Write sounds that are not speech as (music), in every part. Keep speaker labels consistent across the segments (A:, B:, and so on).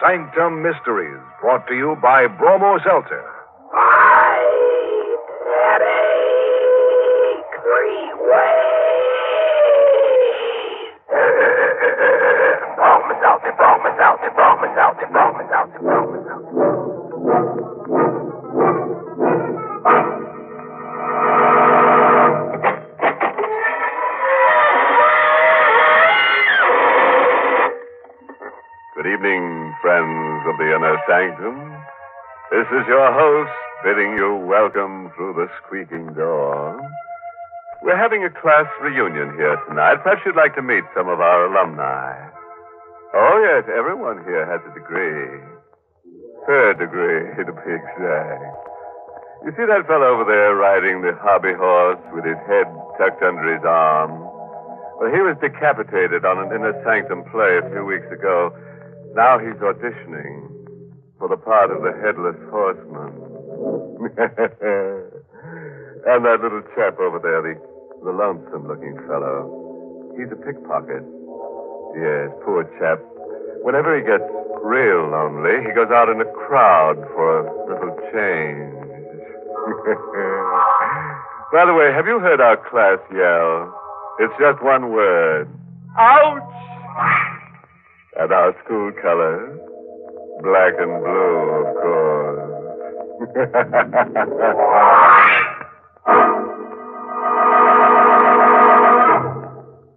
A: Sanctum Mysteries, brought to you by Bromo Seltzer.
B: Good evening, friends of the inner sanctum. This is your host bidding you welcome through the squeaking door. We're having a class reunion here tonight. Perhaps you'd like to meet some of our alumni. Oh, yes, everyone here has a degree. Third degree, (laughs) to be exact. You see that fellow over there riding the hobby horse with his head tucked under his arm? Well, he was decapitated on an inner sanctum play a few weeks ago. Now he's auditioning for the part of the headless horseman. (laughs) and that little chap over there, the, the lonesome looking fellow, he's a pickpocket. Yes, poor chap. Whenever he gets real lonely, he goes out in a crowd for a little change. (laughs) By the way, have you heard our class yell? It's just one word. Ouch! And our school colors. Black and blue, of course. (laughs)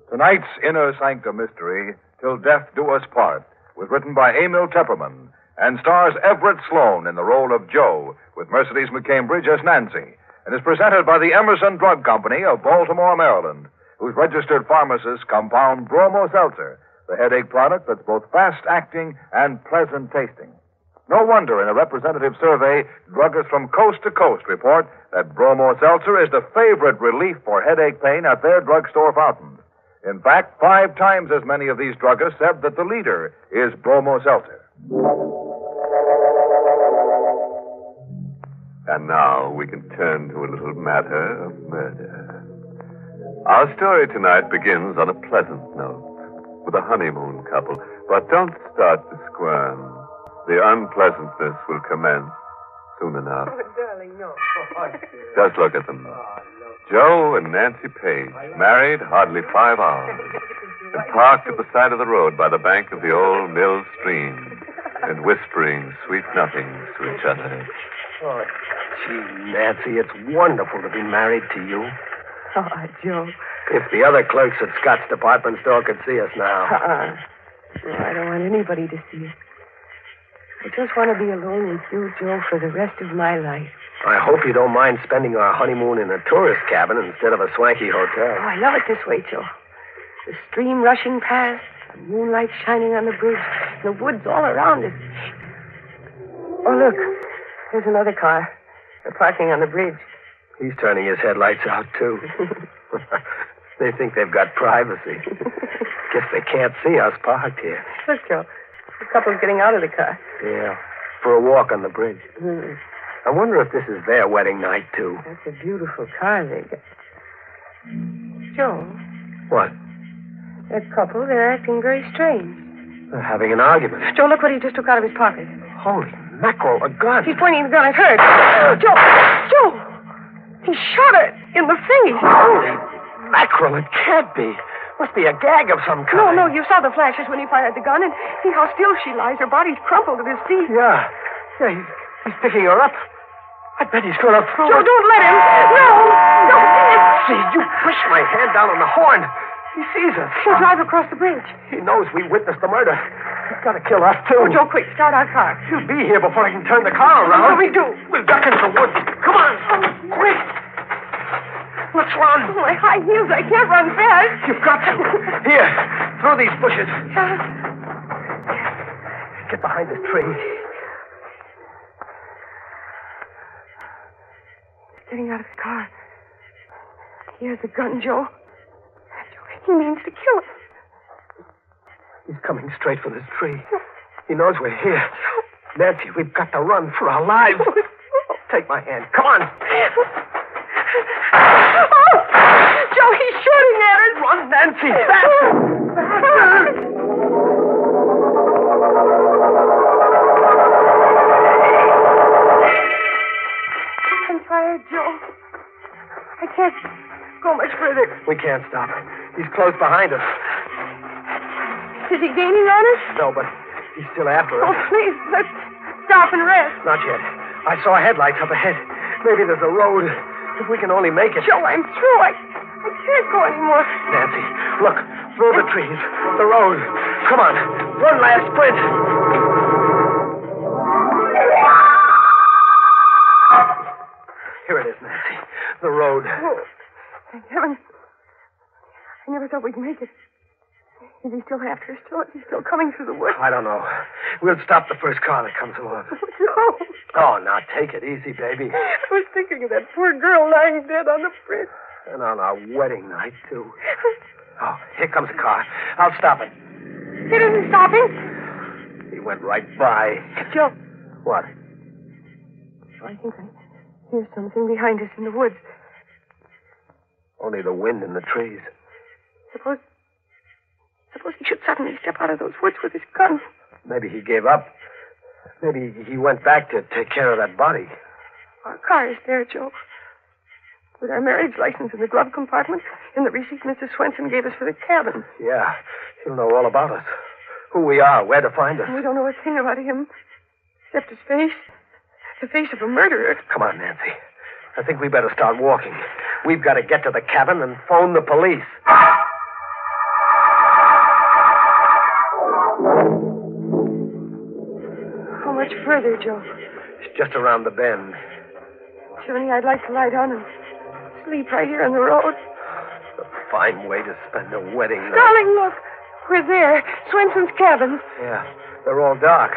A: Tonight's Inner Sanctum Mystery, Till Death Do Us Part, was written by Emil Tepperman and stars Everett Sloan in the role of Joe, with Mercedes McCambridge as Nancy, and is presented by the Emerson Drug Company of Baltimore, Maryland, whose registered pharmacists compound Bromo Seltzer, the headache product that's both fast-acting and pleasant tasting. No wonder in a representative survey, druggists from coast to coast report that Bromo Seltzer is the favorite relief for headache pain at their drugstore fountains. In fact, five times as many of these druggists said that the leader is Bromo Seltzer.
B: And now we can turn to a little matter of murder. Our story tonight begins on a pleasant note with a honeymoon couple. But don't start to squirm. The unpleasantness will commence soon enough.
C: Oh, darling, no.
B: Just look at them. Joe and Nancy Page, married hardly five hours, and parked at the side of the road by the bank of the old mill stream, and whispering sweet nothings to each other.
D: Oh, gee, Nancy, it's wonderful to be married to you.
C: Oh, Joe.
D: If the other clerks at Scott's department store could see us now.
C: Uh-uh. No, I don't want anybody to see it. I just want to be alone with you, Joe, for the rest of my life.
D: I hope you don't mind spending our honeymoon in a tourist cabin instead of a swanky
C: Oh,
D: hotel.
C: I love it this way, Joe. The stream rushing past, the moonlight shining on the bridge, the woods all around us. Oh, look. There's another car. They're parking on the bridge. (laughs)
D: He's turning his headlights out, too. they think they've got privacy. Guess they can't see us parked here.
C: Look, Joe. The couple's getting out of the car.
D: Yeah. For a walk on the bridge.
C: Hmm.
D: I wonder if this is their wedding night, too.
C: That's a beautiful car they got. Joe,
D: What?
C: that couple, they're acting very strange.
D: They're having an argument.
C: Joe, look what he just took out of his pocket.
D: Holy mackerel, a gun.
C: He's pointing the gun at her. Oh, Joe! Joe! He shot her in the face.
D: Holy mackerel, it can't be. Must be a gag of some
C: No,
D: kind.
C: no, you saw the flashes when he fired the gun, and see how still she lies. Her body's crumpled at his feet.
D: Yeah. Yeah, he's, he's picking her up. I bet he's going to throw
C: Joe,
D: her.
C: don't let him. No! No!
D: See, you pushed my hand down on the horn. He sees us.
C: He'll drive across the bridge.
D: He knows we witnessed the murder. He's got to kill us, too.
C: Oh, Joe, quick, start our car.
D: He'll be here before I can turn the car around.
C: What do we do?
D: We'll duck into the woods. Come on. Quick. Let's
C: Oh,
D: run.
C: my high heels, I can't run fast. Uh,
D: You've got to.
C: (laughs)
D: Here, through these bushes. Get behind this tree.
C: Getting out of the car. He has a gun, Joe. He means to kill us.
D: He's coming straight for this tree. He knows we're here. Nancy, we've got to run for our lives. (laughs) Take my hand. Come on.
C: Oh! Joe, he's shooting at us.
D: Run, Nancy. Faster. Faster.
C: there, Joe. I can't go much further.
D: We can't stop. He's close behind us.
C: Is he gaining on us?
D: No, but he's still after us.
C: Oh, please, let's stop and rest.
D: Not yet. I saw headlights up ahead. Maybe there's a road. If we can only make it.
C: Joe, I'm through. I, I can't go anymore.
D: Nancy, look. Through the trees. The road. Come on. One last sprint. Here it is, Nancy. The road.
C: Oh, thank heaven. I never thought we'd make it. Is he still after us, Joe? Is he still coming through the woods?
D: I don't know. We'll stop the first car that comes along.
C: Oh, Joe.
D: Oh, now take it easy, baby.
C: I was thinking of that poor girl lying dead on the bridge.
D: And on our wedding night, too. Oh, here comes a car. I'll stop it.
C: He isn't stopping.
D: He went right by.
C: Joe.
D: What?
C: I think I hear something behind us in the woods.
D: Only the wind in the trees.
C: Suppose. Suppose he should suddenly step out of those woods with his gun.
D: Maybe he gave up. Maybe he went back to take care of that body.
C: Our car is there, Joe. With our marriage license in the glove compartment and the receipt Mr. Swenson gave us for the cabin.
D: Yeah, he'll know all about us. Who we are, where to find us.
C: And we don't know a thing about him except his face. The face of a murderer.
D: Come on, Nancy. I think we better start walking. We've got to get to the cabin and phone the police.
C: How much further, Joe?
D: It's just around the bend.
C: Johnny, I'd like to lie down and sleep right here on the road.
D: A fine way to spend a wedding night.
C: Darling, look. We're there. Swenson's cabin.
D: Yeah, they're all dark.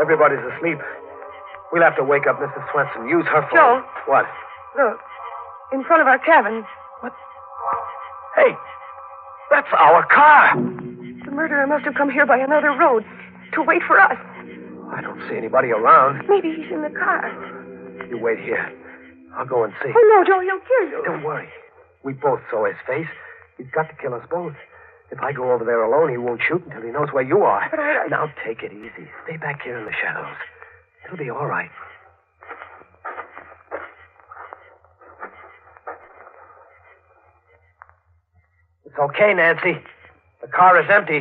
D: Everybody's asleep. We'll have to wake up Mrs. Swenson. Use her phone.
C: Joe.
D: What?
C: Look. In front of our cabin.
D: Hey, that's our car.
C: The murderer must have come here by another road to wait for us.
D: I don't see anybody around.
C: Maybe he's in the car.
D: You wait here. I'll go and see.
C: Oh, no, Joe, he'll kill you.
D: Don't worry. We both saw his face. He's got to kill us both. If I go over there alone, he won't shoot until he knows where you are.
C: But I- I-
D: (laughs) Now take it easy. Stay back here in the shadows. It'll be all right. It's okay, Nancy. The car is empty.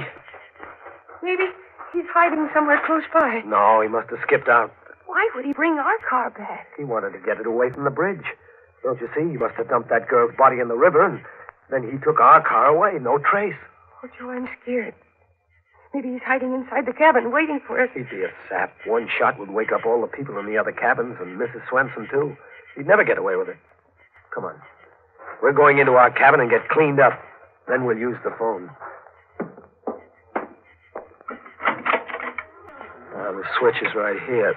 C: Maybe he's hiding somewhere close by.
D: No, he must have skipped out.
C: Why would he bring our car back?
D: He wanted to get it away from the bridge. Don't you see? He must have dumped that girl's body in the river, and then he took our car away. No trace.
C: Oh, Joe, I'm scared. Maybe he's hiding inside the cabin waiting for us.
D: He'd be a sap. One shot would wake up all the people in the other cabins, and Mrs. Swenson, too. He'd never get away with it. Come on. We're going into our cabin and get cleaned up. Then we'll use the phone. Uh, the switch is right here.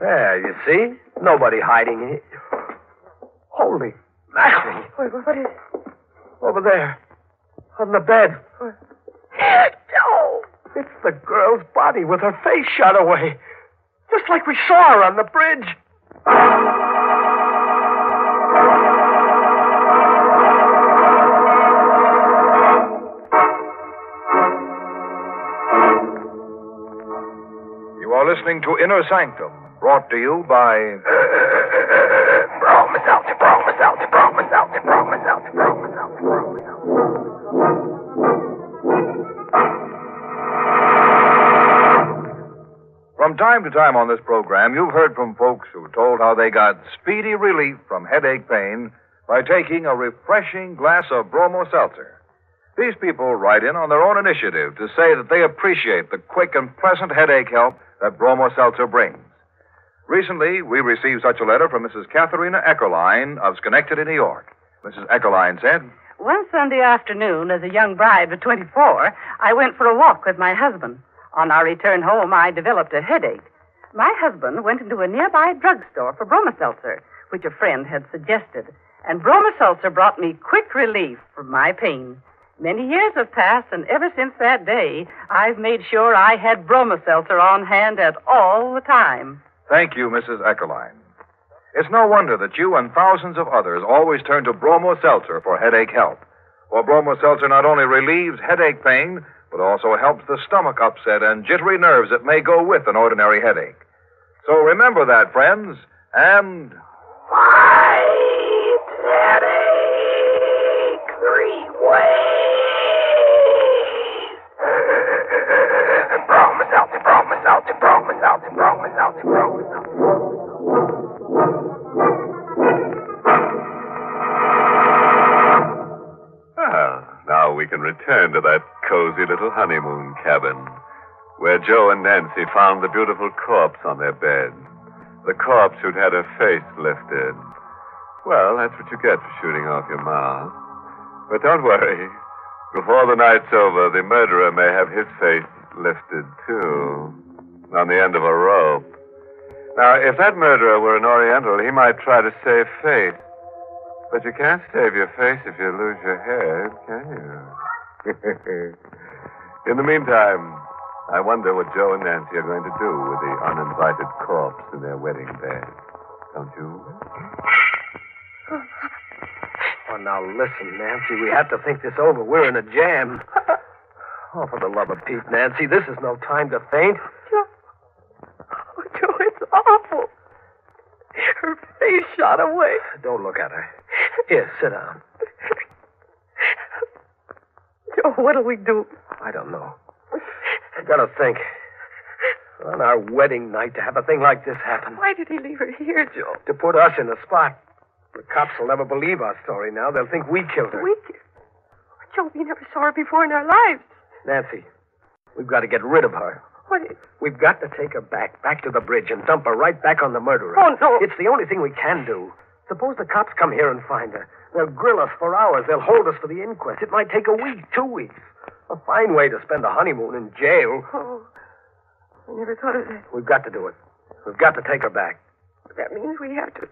D: There, you see? Nobody hiding in it. Holy mackerel!
C: Wait, what what is...
D: Over there. On the bed.
C: Joe!
D: It's the girl's body with her face shot away. Just like we saw her on the bridge.
A: You are listening to Inner Sanctum, brought to you by. From time to time on this program, you've heard from folks who told how they got speedy relief from headache pain by taking a refreshing glass of bromo seltzer. These people write in on their own initiative to say that they appreciate the quick and pleasant headache help that bromo seltzer brings. Recently, we received such a letter from Mrs. Katharina Eckerline of Schenectady, New York. Mrs. Eckerline said,
E: One Sunday afternoon, as a young bride of 24, I went for a walk with my husband. On our return home, I developed a headache. My husband went into a nearby drugstore for bromoseltzer, which a friend had suggested, and bromoseltzer brought me quick relief from my pain. Many years have passed, and ever since that day, I've made sure I had bromoseltzer on hand at all the time.
A: Thank you, Mrs. Eckerline. It's no wonder that you and thousands of others always turn to Bromo Seltzer for headache help. For Bromo Seltzer not only relieves headache pain, but also helps the stomach upset and jittery nerves that may go with an ordinary headache. So remember that, friends, and
B: Ah, now we can return to that cozy little honeymoon cabin where Joe and Nancy found the beautiful corpse on their bed. The corpse who'd had her face lifted. Well, that's what you get for shooting off your mouth. But don't worry. Before the night's over, the murderer may have his face lifted, too, on the end of a rope. Now, if that murderer were an Oriental, he might try to save face. But you can't save your face if you lose your head, can you? (laughs) in the meantime, I wonder what Joe and Nancy are going to do with the uninvited corpse in their wedding bed. Don't you?
D: Oh, now listen, Nancy, we have to think this over. We're in a jam. (laughs) Oh, for the love of Pete, Nancy, this is no time to faint.
C: Oh, Joe, it's awful. Her face shot away.
D: Don't look at her. Here, sit down.
C: Joe, what'll we do?
D: I don't know. I gotta think. On our wedding night, to have a thing like this happen,
C: Why did he leave her here, Joe?
D: to put us in the spot. The cops will never believe our story now. They'll think we killed her.
C: We Joe, we never saw her before in our lives.
D: Nancy, we've got to get rid of her.
C: What?
D: We've got to take her back, back to the bridge, and dump her right back on the murderer.
C: Oh, no.
D: It's the only thing we can do. Suppose the cops come here and find her. They'll grill us for hours. They'll hold us for the inquest. It might take a week, two weeks. A fine way to spend a honeymoon in jail.
C: Oh, I never thought of that.
D: We've got to do it. We've got to take her back.
C: That means we have to,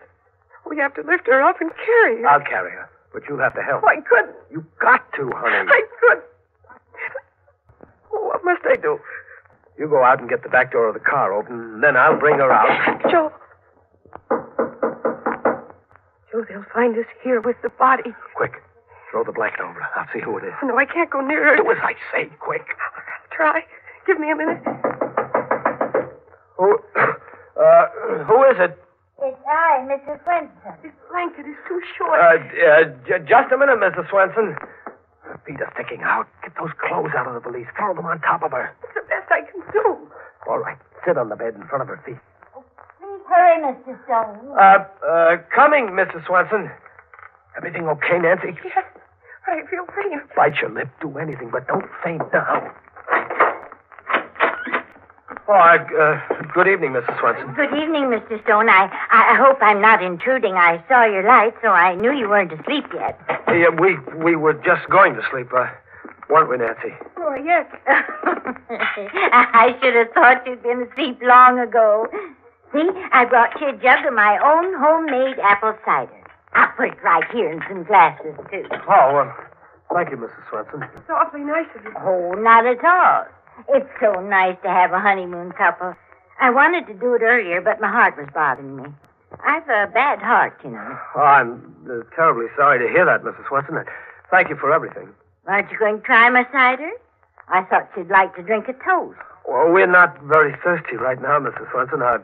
C: we have to lift her up and carry her.
D: I'll carry her, but you'll have to help.
C: oh, I couldn't.
D: You've got to, honey.
C: I couldn't. Oh, what must I do?
D: You go out and get the back door of the car open, and then I'll bring her out.
C: Joe. Joe, they'll find us here with the body.
D: Quick, throw the blanket over. her. I'll see who it is.
C: Oh, no, I can't go near her.
D: Do as I say, quick.
C: I'll try. Give me a minute.
D: Who, uh, who is it?
F: It's I, Mr. Flintstone.
C: This blanket is too
D: Uh,
C: short.
D: uh, j- just a minute, Mrs. Swenson. Her feet are sticking out. Get those clothes out of the valise. Throw them on top of her.
C: it's the best I can do.
D: All right. Sit on the bed in front of her feet.
F: Please hurry, Mr. Stone.
D: Uh, uh, coming, Mrs. Swenson. Everything okay, Nancy?
C: Yes, I feel brave.
D: Bite your lip, do anything, but don't faint now. Oh, I, uh, good evening, Mrs. Swenson.
F: Good evening, Mr. Stone. I, I hope I'm not intruding. I saw your light, so I knew you weren't asleep yet. (laughs)
D: Yeah, we we were just going to sleep, uh, weren't we, Nancy?
C: Oh, yes.
F: I should have thought you'd been asleep long ago. See, I brought you a jug of my own homemade apple cider. I'll put it right here in some glasses, too.
D: Oh, well, thank you, Mrs. Swenson.
C: It's awfully nice of you.
F: Oh, not at all. It's so nice to have a honeymoon couple. I wanted to do it earlier, but my heart was bothering me. I've a bad heart, you know.
D: Oh, I'm uh, terribly sorry to hear that, Mrs. Swenson. and Thank you for everything.
F: Aren't you going to try my cider? I thought you'd like to drink a toast.
D: Well, we're not very thirsty right now, Mrs. Swenson. Are,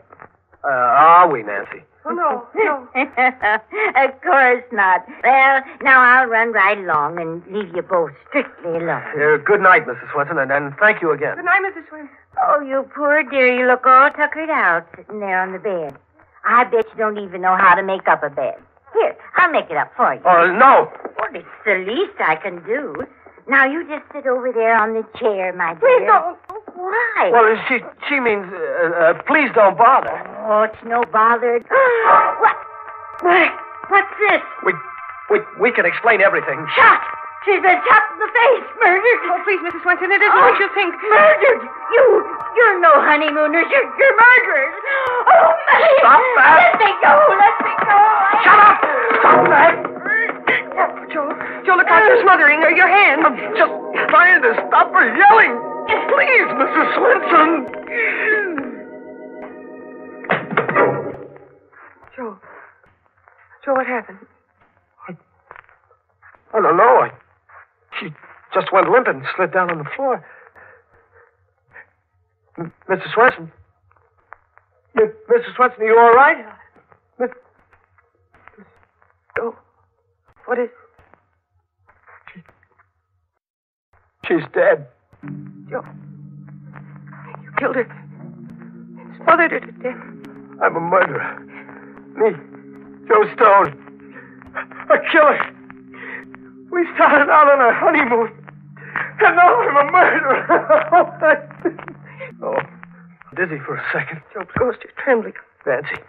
D: uh, are we, Nancy?
C: Oh, no, no.
F: (laughs) of course not. Well, now I'll run right along and leave you both strictly alone.
D: Uh, good night, Mrs. Swenson, and, and thank you again.
C: Good night, Mrs. Swenson.
F: Oh, you poor dear, you look all tuckered out sitting there on the bed. I bet you don't even know how to make up a bed. Here, I'll make it up for you.
D: Oh, no!
F: Well, it's the least I can do. Now you just sit over there on the chair, my dear.
C: Please don't.
F: Why?
D: Well, she, she means, uh, uh, please don't bother.
F: oh, it's no bother. (gasps) what? What's this?
D: We, we, we can explain everything.
F: Shot! She's been shot in the face, murdered.
C: Oh, please, Mrs. Swenson, it isn't
F: Oh.
C: what you think.
F: Murdered! You, you're no honeymooners. You're, you're murderers. Oh, May!
D: Stop that.
F: Let me go. Let me go.
D: Shut up! Stop that!
C: Oh, Joe, Joe, look out. You're smothering her. Your hand.
D: I'm just trying to stop her yelling. Please, Mrs. Swenson.
C: Joe. Joe, what happened?
D: I don't know. Oh, I, she just went limp and slid down on the floor. M- Mrs. Swenson. M- Mrs. Swenson, are you all right?
C: Miss. Oh. What is.
D: She's dead.
C: Joe. You killed her. Smothered her to death.
D: I'm a murderer. Me, Joe Stone. A killer. We started out on our honeymoon. And now I'm a (laughs) murderer. oh, dizzy for a second.
C: Joe's ghost is trembling.
D: Nancy.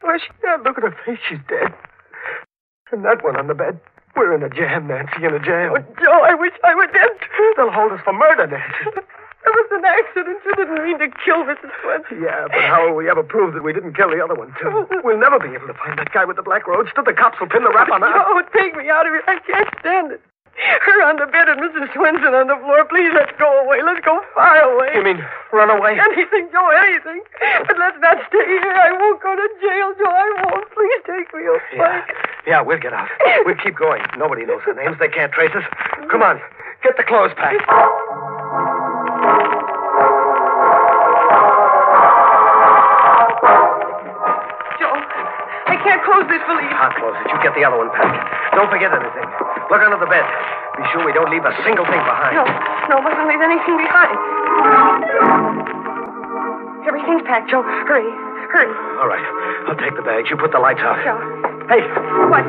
D: Why, she dead. Look at her face. She's dead. And that one on the bed. We're in a jam, Nancy, in a jam.
C: Oh, Joe, I wish I were dead.
D: They'll hold us for murder, Nancy.
C: It was an accident. You didn't mean to kill Mrs. Swenson.
D: Yeah, but how will we ever prove that we didn't kill the other one, too? We'll never be able to find that guy with the black roadster. The cops will pin the rap on us.
C: Joe, take me out of here. I can't stand it. Her on the bed and Mrs. Swenson on the floor. Please, let's go away. Let's go far away.
D: You mean run away?
C: Anything, Joe, anything. But let's not stay here. I won't go to jail, Joe. I won't. Please take me away.
D: Yeah. yeah, we'll get out. We'll keep going. Nobody knows our names. They can't trace us. Come on, get the clothes packed.
C: Joe, I can't close this valise.
D: I'll close it. You get the other one packed. Don't forget anything. Look under the bed. Be sure we don't leave a single thing behind.
C: No, no, mustn't leave anything behind. Everything's packed, Joe. Hurry, hurry.
D: All right, I'll take the bags. You put the lights out.
C: Joe,
D: Hey,
C: what?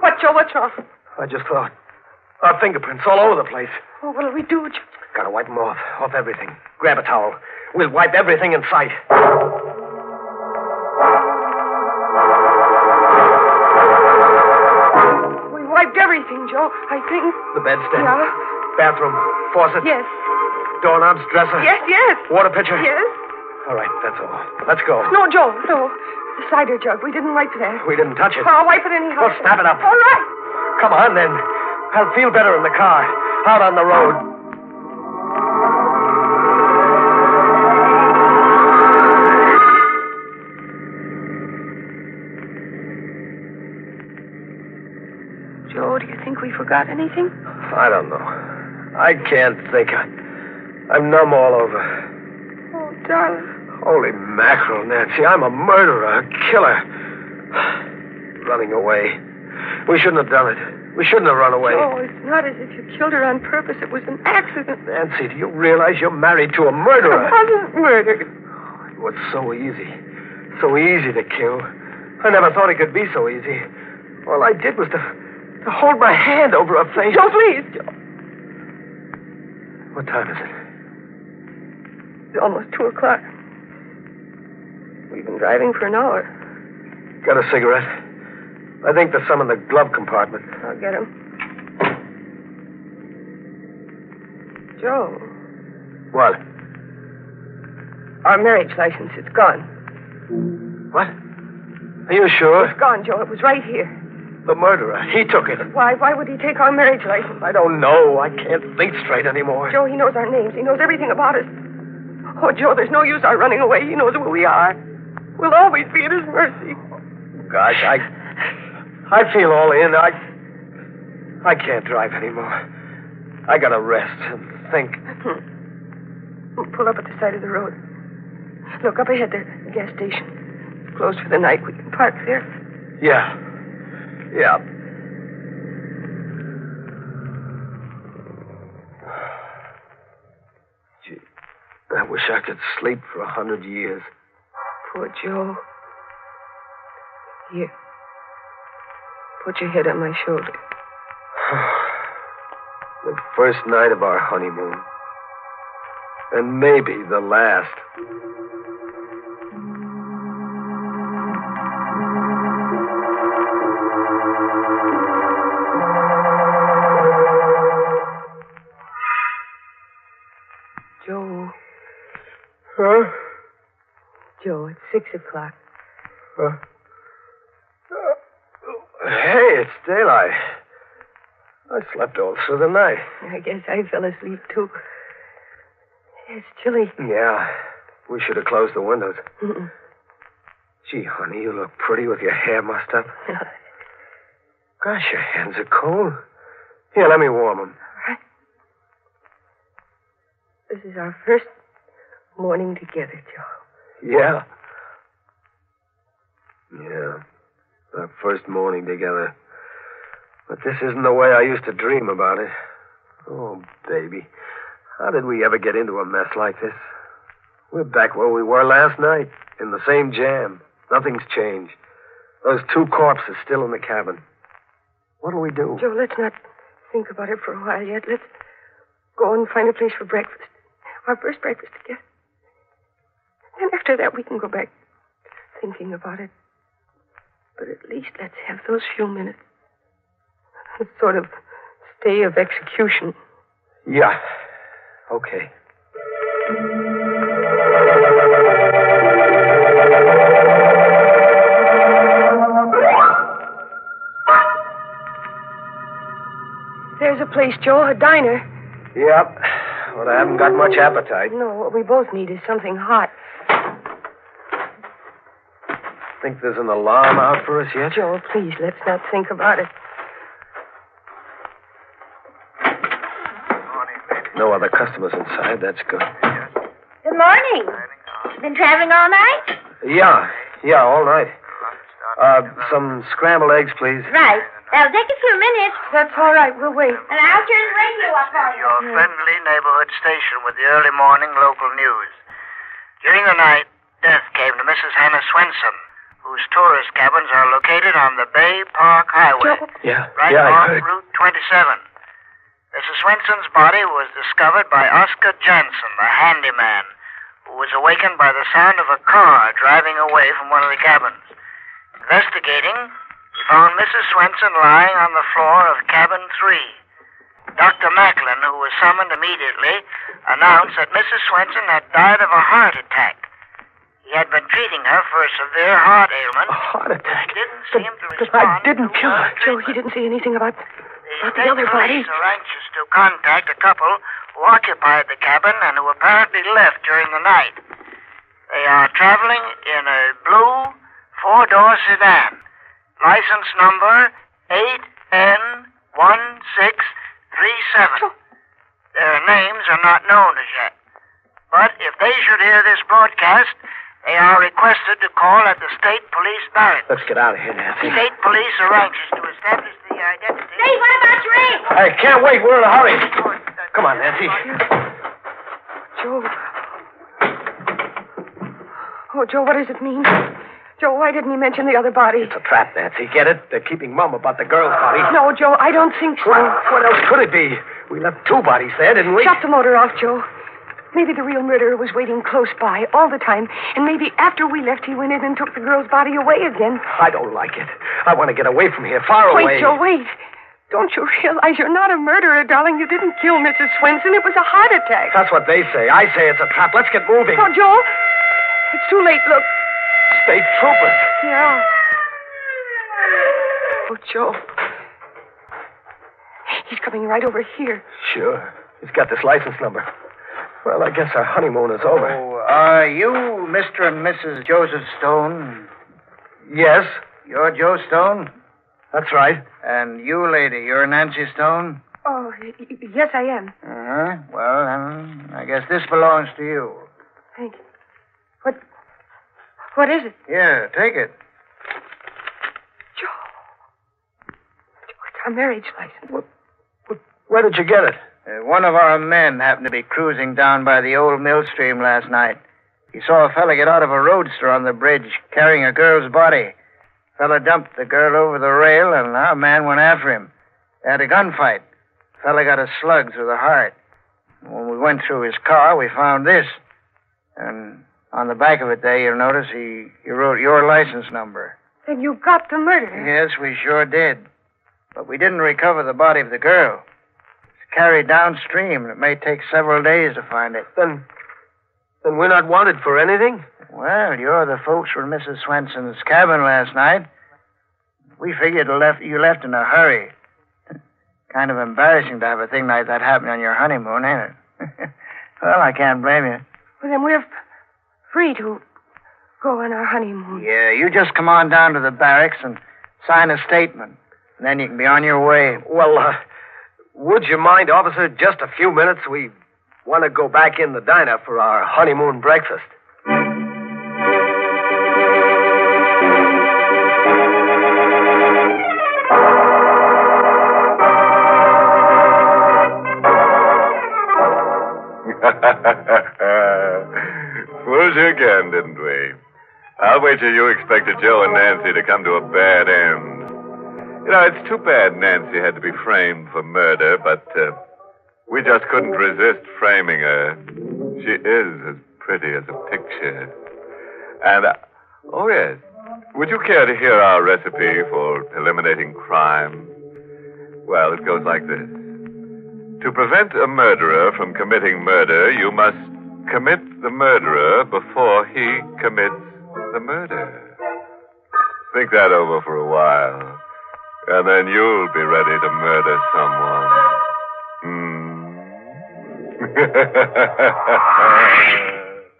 C: What, Joe? What's wrong?
D: I just thought. Our fingerprints all over the place.
C: Oh, what'll we do, Joe?
D: Gotta wipe them off. Off everything. Grab a towel. We'll wipe everything in sight.
C: We wiped everything, Joe. I think.
D: The bedstead.
C: Yeah.
D: Bathroom. Faucet.
C: Yes.
D: Doorknobs. Dresser.
C: Yes, yes.
D: Water pitcher.
C: Yes.
D: All right, that's all. Let's go.
C: No, Joe, no. The cider jug. We didn't wipe that.
D: We didn't touch it.
C: I'll wipe it anyhow.
D: Well, snap it up.
C: All right.
D: Come on, then. I'll feel better in the car. Out on the road.
C: Joe, do you think we forgot anything?
D: I don't know. I can't think. I, I'm numb all over.
C: Oh, darling.
D: Holy mackerel, Nancy. I'm a murderer, a killer. (sighs) Running away. We shouldn't have done it. We shouldn't have run away.
C: Joe, it's not as if you killed her on purpose. It was an accident.
D: Nancy, do you realize you're married to a
C: It (laughs)
D: murderer?
C: wasn't murder.
D: It was so easy. So easy to kill. I never thought it could be so easy. All I did was to, to hold my hand over her face.
C: Joe, please, Joe.
D: What time is it?
C: It's almost two o'clock. We've been driving for an hour.
D: Got a cigarette? I think there's some in the glove compartment.
C: I'll get him. Joe,
D: What?
C: our marriage license, it's gone.
D: What? Are you sure?
C: It's gone, Joe. It was right here.
D: The murderer. He took it.
C: Why? Why would he take our marriage license?
D: I don't know. I can't think straight anymore.
C: Joe, he knows our names. He knows everything about us. Oh, Joe, there's no use our running away. He knows who we are. We'll always be at his mercy.
D: Gosh, I. I feel all in. I. I can't drive anymore. I gotta rest and think.
C: Hmm. We'll pull up at the side of the road. Look, up ahead there, the gas station. It's closed for the night. We can park there.
D: Yeah. Yeah. Gee, I wish I could sleep for a hundred years. (sighs)
C: Poor Joe. Here. Put your head on my shoulder.
D: the first night of our honeymoon. And maybe the last.
C: Joe.
D: Huh?
C: Joe, it's six o'clock.
D: Uh, Hey, it's daylight. I slept all through the night.
C: I guess I fell asleep, too. It's chilly.
D: Yeah. We should have closed the windows.
C: Mm-mm. (laughs)
D: Gee, honey, you look pretty with your hair mussed up. Gosh, your hands are cold. Here, let me warm them.
C: This is our first morning together, Joe.
D: Yeah. Yeah. Our first morning together. But this isn't the way I used to dream about it. Oh, baby. How did we ever get into a mess like this? We're back where we were last night, in the same jam. Nothing's changed. Those two corpses still in the cabin. What'll we do?
C: Joe, let's not think about it for a while yet. Let's go and find a place for breakfast. Our first breakfast together. And after that, we can go back thinking about it. But at least let's have those few minutes. (laughs) A sort of stay of execution.
D: Yeah. Okay.
C: There's a place, Joe, a diner.
D: Yep. But I haven't got much appetite.
C: No, what we both need is something hot.
D: Think there's an alarm out for us yet?
C: Joe, please, let's not think about it.
D: No other customers inside. That's good.
F: Good morning. Been traveling all night?
D: Yeah. Yeah, all right. Uh, some scrambled eggs, please.
F: Right. That'll take a few minutes,
C: That's all right, we'll wait.
F: and I'll turn the radio up on you.
G: Your friendly neighborhood station with the early morning local news. During the night, death came to Mrs. Hannah Swenson, whose tourist cabins are located on the Bay Park Highway,
C: Joe,
D: Yeah.
G: right
D: yeah, I
G: along
D: heard.
G: Route 27. Mrs. Swenson's body was discovered by Oscar Johnson, the handyman, who was awakened by the sound of a car driving away from one of the cabins. Investigating, he found Mrs. Swenson lying on the floor of cabin three. Dr. Macklin, who was summoned immediately, announced that Mrs. Swenson had died of a heart attack. He had been treating her for a severe heart ailment.
D: A heart attack.
G: Didn't
D: Oh, But-
G: seem to
D: but I
G: respond
D: didn't
G: to
D: kill her.
G: her
C: Joe, he didn't say anything about.
G: the
C: But the other body-
G: police are anxious to contact a couple who occupied the cabin and who apparently left during the night. They are traveling in a blue four-door sedan, license number 8N1637. Their names are not known as yet. But if they should hear this broadcast, they are requested to call at the state police barracks.
D: Let's get out of here, Nancy.
G: State police are anxious to establish the identity.
F: Say, what about your egg?
D: I can't wait. We're in a hurry. Come on, Nancy.
C: Joe. Oh, Joe, what does it mean? Joe, why didn't he mention the other body?
D: It's a trap, Nancy. Get it? They're keeping mum about the girl's body.
C: No, Joe, I don't think so.
D: What, what else could it be? We left two bodies there, didn't we?
C: Shut the motor off, Joe. Maybe the real murderer was waiting close by all the time, and maybe after we left, he went in and took the girl's body away again.
D: I don't like it. I want to get away from here, far
C: wait,
D: away.
C: Joe, wait. Don't you realize you're not a murderer, darling? You didn't kill Mrs. Swenson. It was a heart attack.
D: That's what they say. I say it's a trap. Let's get moving.
C: Oh, Joe, it's too late. Look.
D: State troopers.
C: Yeah. Oh, Joe. He's coming right over here.
D: Sure. He's got this license number. Well, I guess our honeymoon is over.
G: Oh, are you Mr. and Mrs. Joseph Stone?
D: Yes,
G: You're Joe Stone?
D: that's right.
G: And you, lady, you're Nancy Stone?
C: Oh, y- y- yes, I am.
G: Uh-huh. Well, then, I guess this belongs to you.
C: Thank you. What? What is it?
G: Here, take it.
C: Joe. Joe, it's our marriage license.
D: Where did you get it?
G: Uh, one of our men happened to be cruising down by the old mill stream last night. He saw a fella get out of a roadster on the bridge carrying a girl's body. Fella dumped the girl over the rail, and our man went after him. They had a gunfight. Fella got a slug through the heart. When we went through his car, we found this. And on the back of it there, you'll notice he, he wrote your license number.
C: Then you got the murderer.
G: Yes, we sure did. But we didn't recover the body of the girl. It's carried downstream, and it may take several days to find it.
D: Then, then we're not wanted for anything.
G: Well, you're the folks from Mrs. Swenson's cabin last night. We figured left, you left in a hurry. (laughs) Kind of embarrassing to have a thing like that happen on your honeymoon, ain't it? (laughs) well, I can't blame you.
C: Well, then we're f- free to go on our honeymoon.
G: Yeah, you just come on down to the barracks and sign a statement. And then you can be on your way.
D: Well, uh, would you mind, officer, just a few minutes? We want to go back in the diner for our honeymoon breakfast.
B: (laughs) wager you expected Joe and Nancy to come to a bad end. You know, it's too bad Nancy had to be framed for murder, but uh, we just couldn't resist framing her. She is as pretty as a picture. And, uh, oh, yes. Would you care to hear our recipe for eliminating crime? Well, it goes like this To prevent a murderer from committing murder, you must commit the murderer before he commits the murder. Think that over for a while, and then you'll be ready to murder someone. Hmm. (laughs)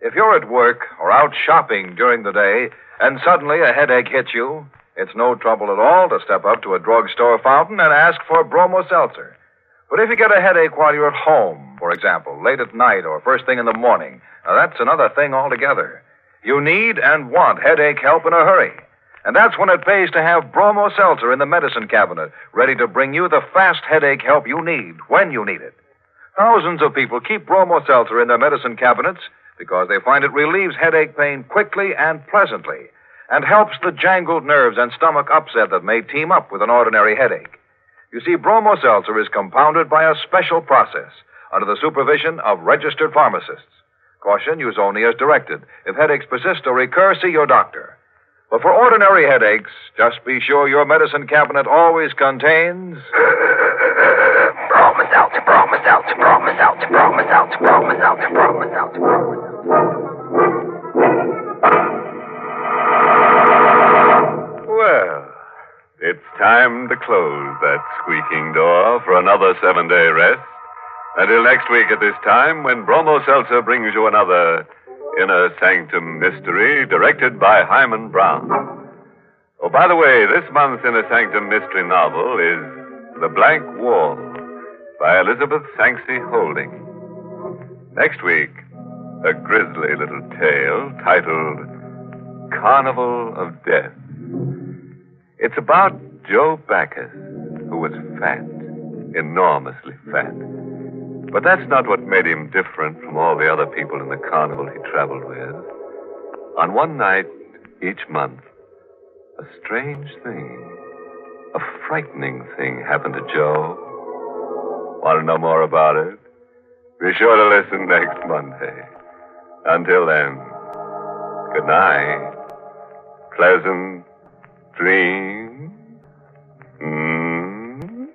A: If you're at work or out shopping during the day and suddenly a headache hits you, it's no trouble at all to step up to a drugstore fountain and ask for bromo seltzer. But if you get a headache while you're at home, for example, late at night or first thing in the morning, now that's another thing altogether. You need and want headache help in a hurry. And that's when it pays to have bromo seltzer in the medicine cabinet, ready to bring you the fast headache help you need when you need it. Thousands of people keep bromo seltzer in their medicine cabinets because they find it relieves headache pain quickly and pleasantly and helps the jangled nerves and stomach upset that may team up with an ordinary headache. You see, bromo seltzer is compounded by a special process under the supervision of registered pharmacists. Caution, use only as directed. If headaches persist or recur, see your doctor. But for ordinary headaches, just be sure your medicine cabinet always contains.
B: Well, it's time to close that squeaking door for another seven day rest. Until next week at this time, when Bromo Seltzer brings you another Inner Sanctum Mystery directed by Hyman Brown. Oh, by the way, this month's Inner Sanctum Mystery novel is The Blank Wall by Elizabeth Sanksey Holding. Next week, a grisly little tale titled Carnival of Death. It's about Joe Backus, who was fat, enormously fat. But that's not what made him different from all the other people in the carnival he traveled with. On one night each month, a strange thing, a frightening thing happened to Joe. Want to know more about it? Be sure to listen next Monday. Until then, good night. Pleasant (laughs) dreams. Mm.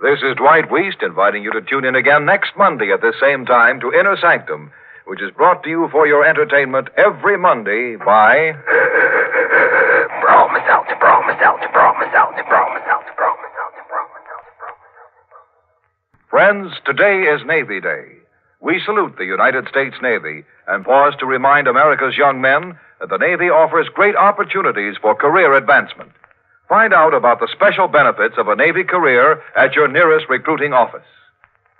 A: This is Dwight Weist inviting you to tune in again next Monday at this same time to Inner Sanctum, which is brought to you for your entertainment every Monday by. Friends, today is Navy Day. We salute the United States Navy and pause to remind America's young men that the Navy offers great opportunities for career advancement. Find out about the special benefits of a Navy career at your nearest recruiting office.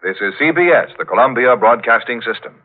A: This is CBS, the Columbia Broadcasting System.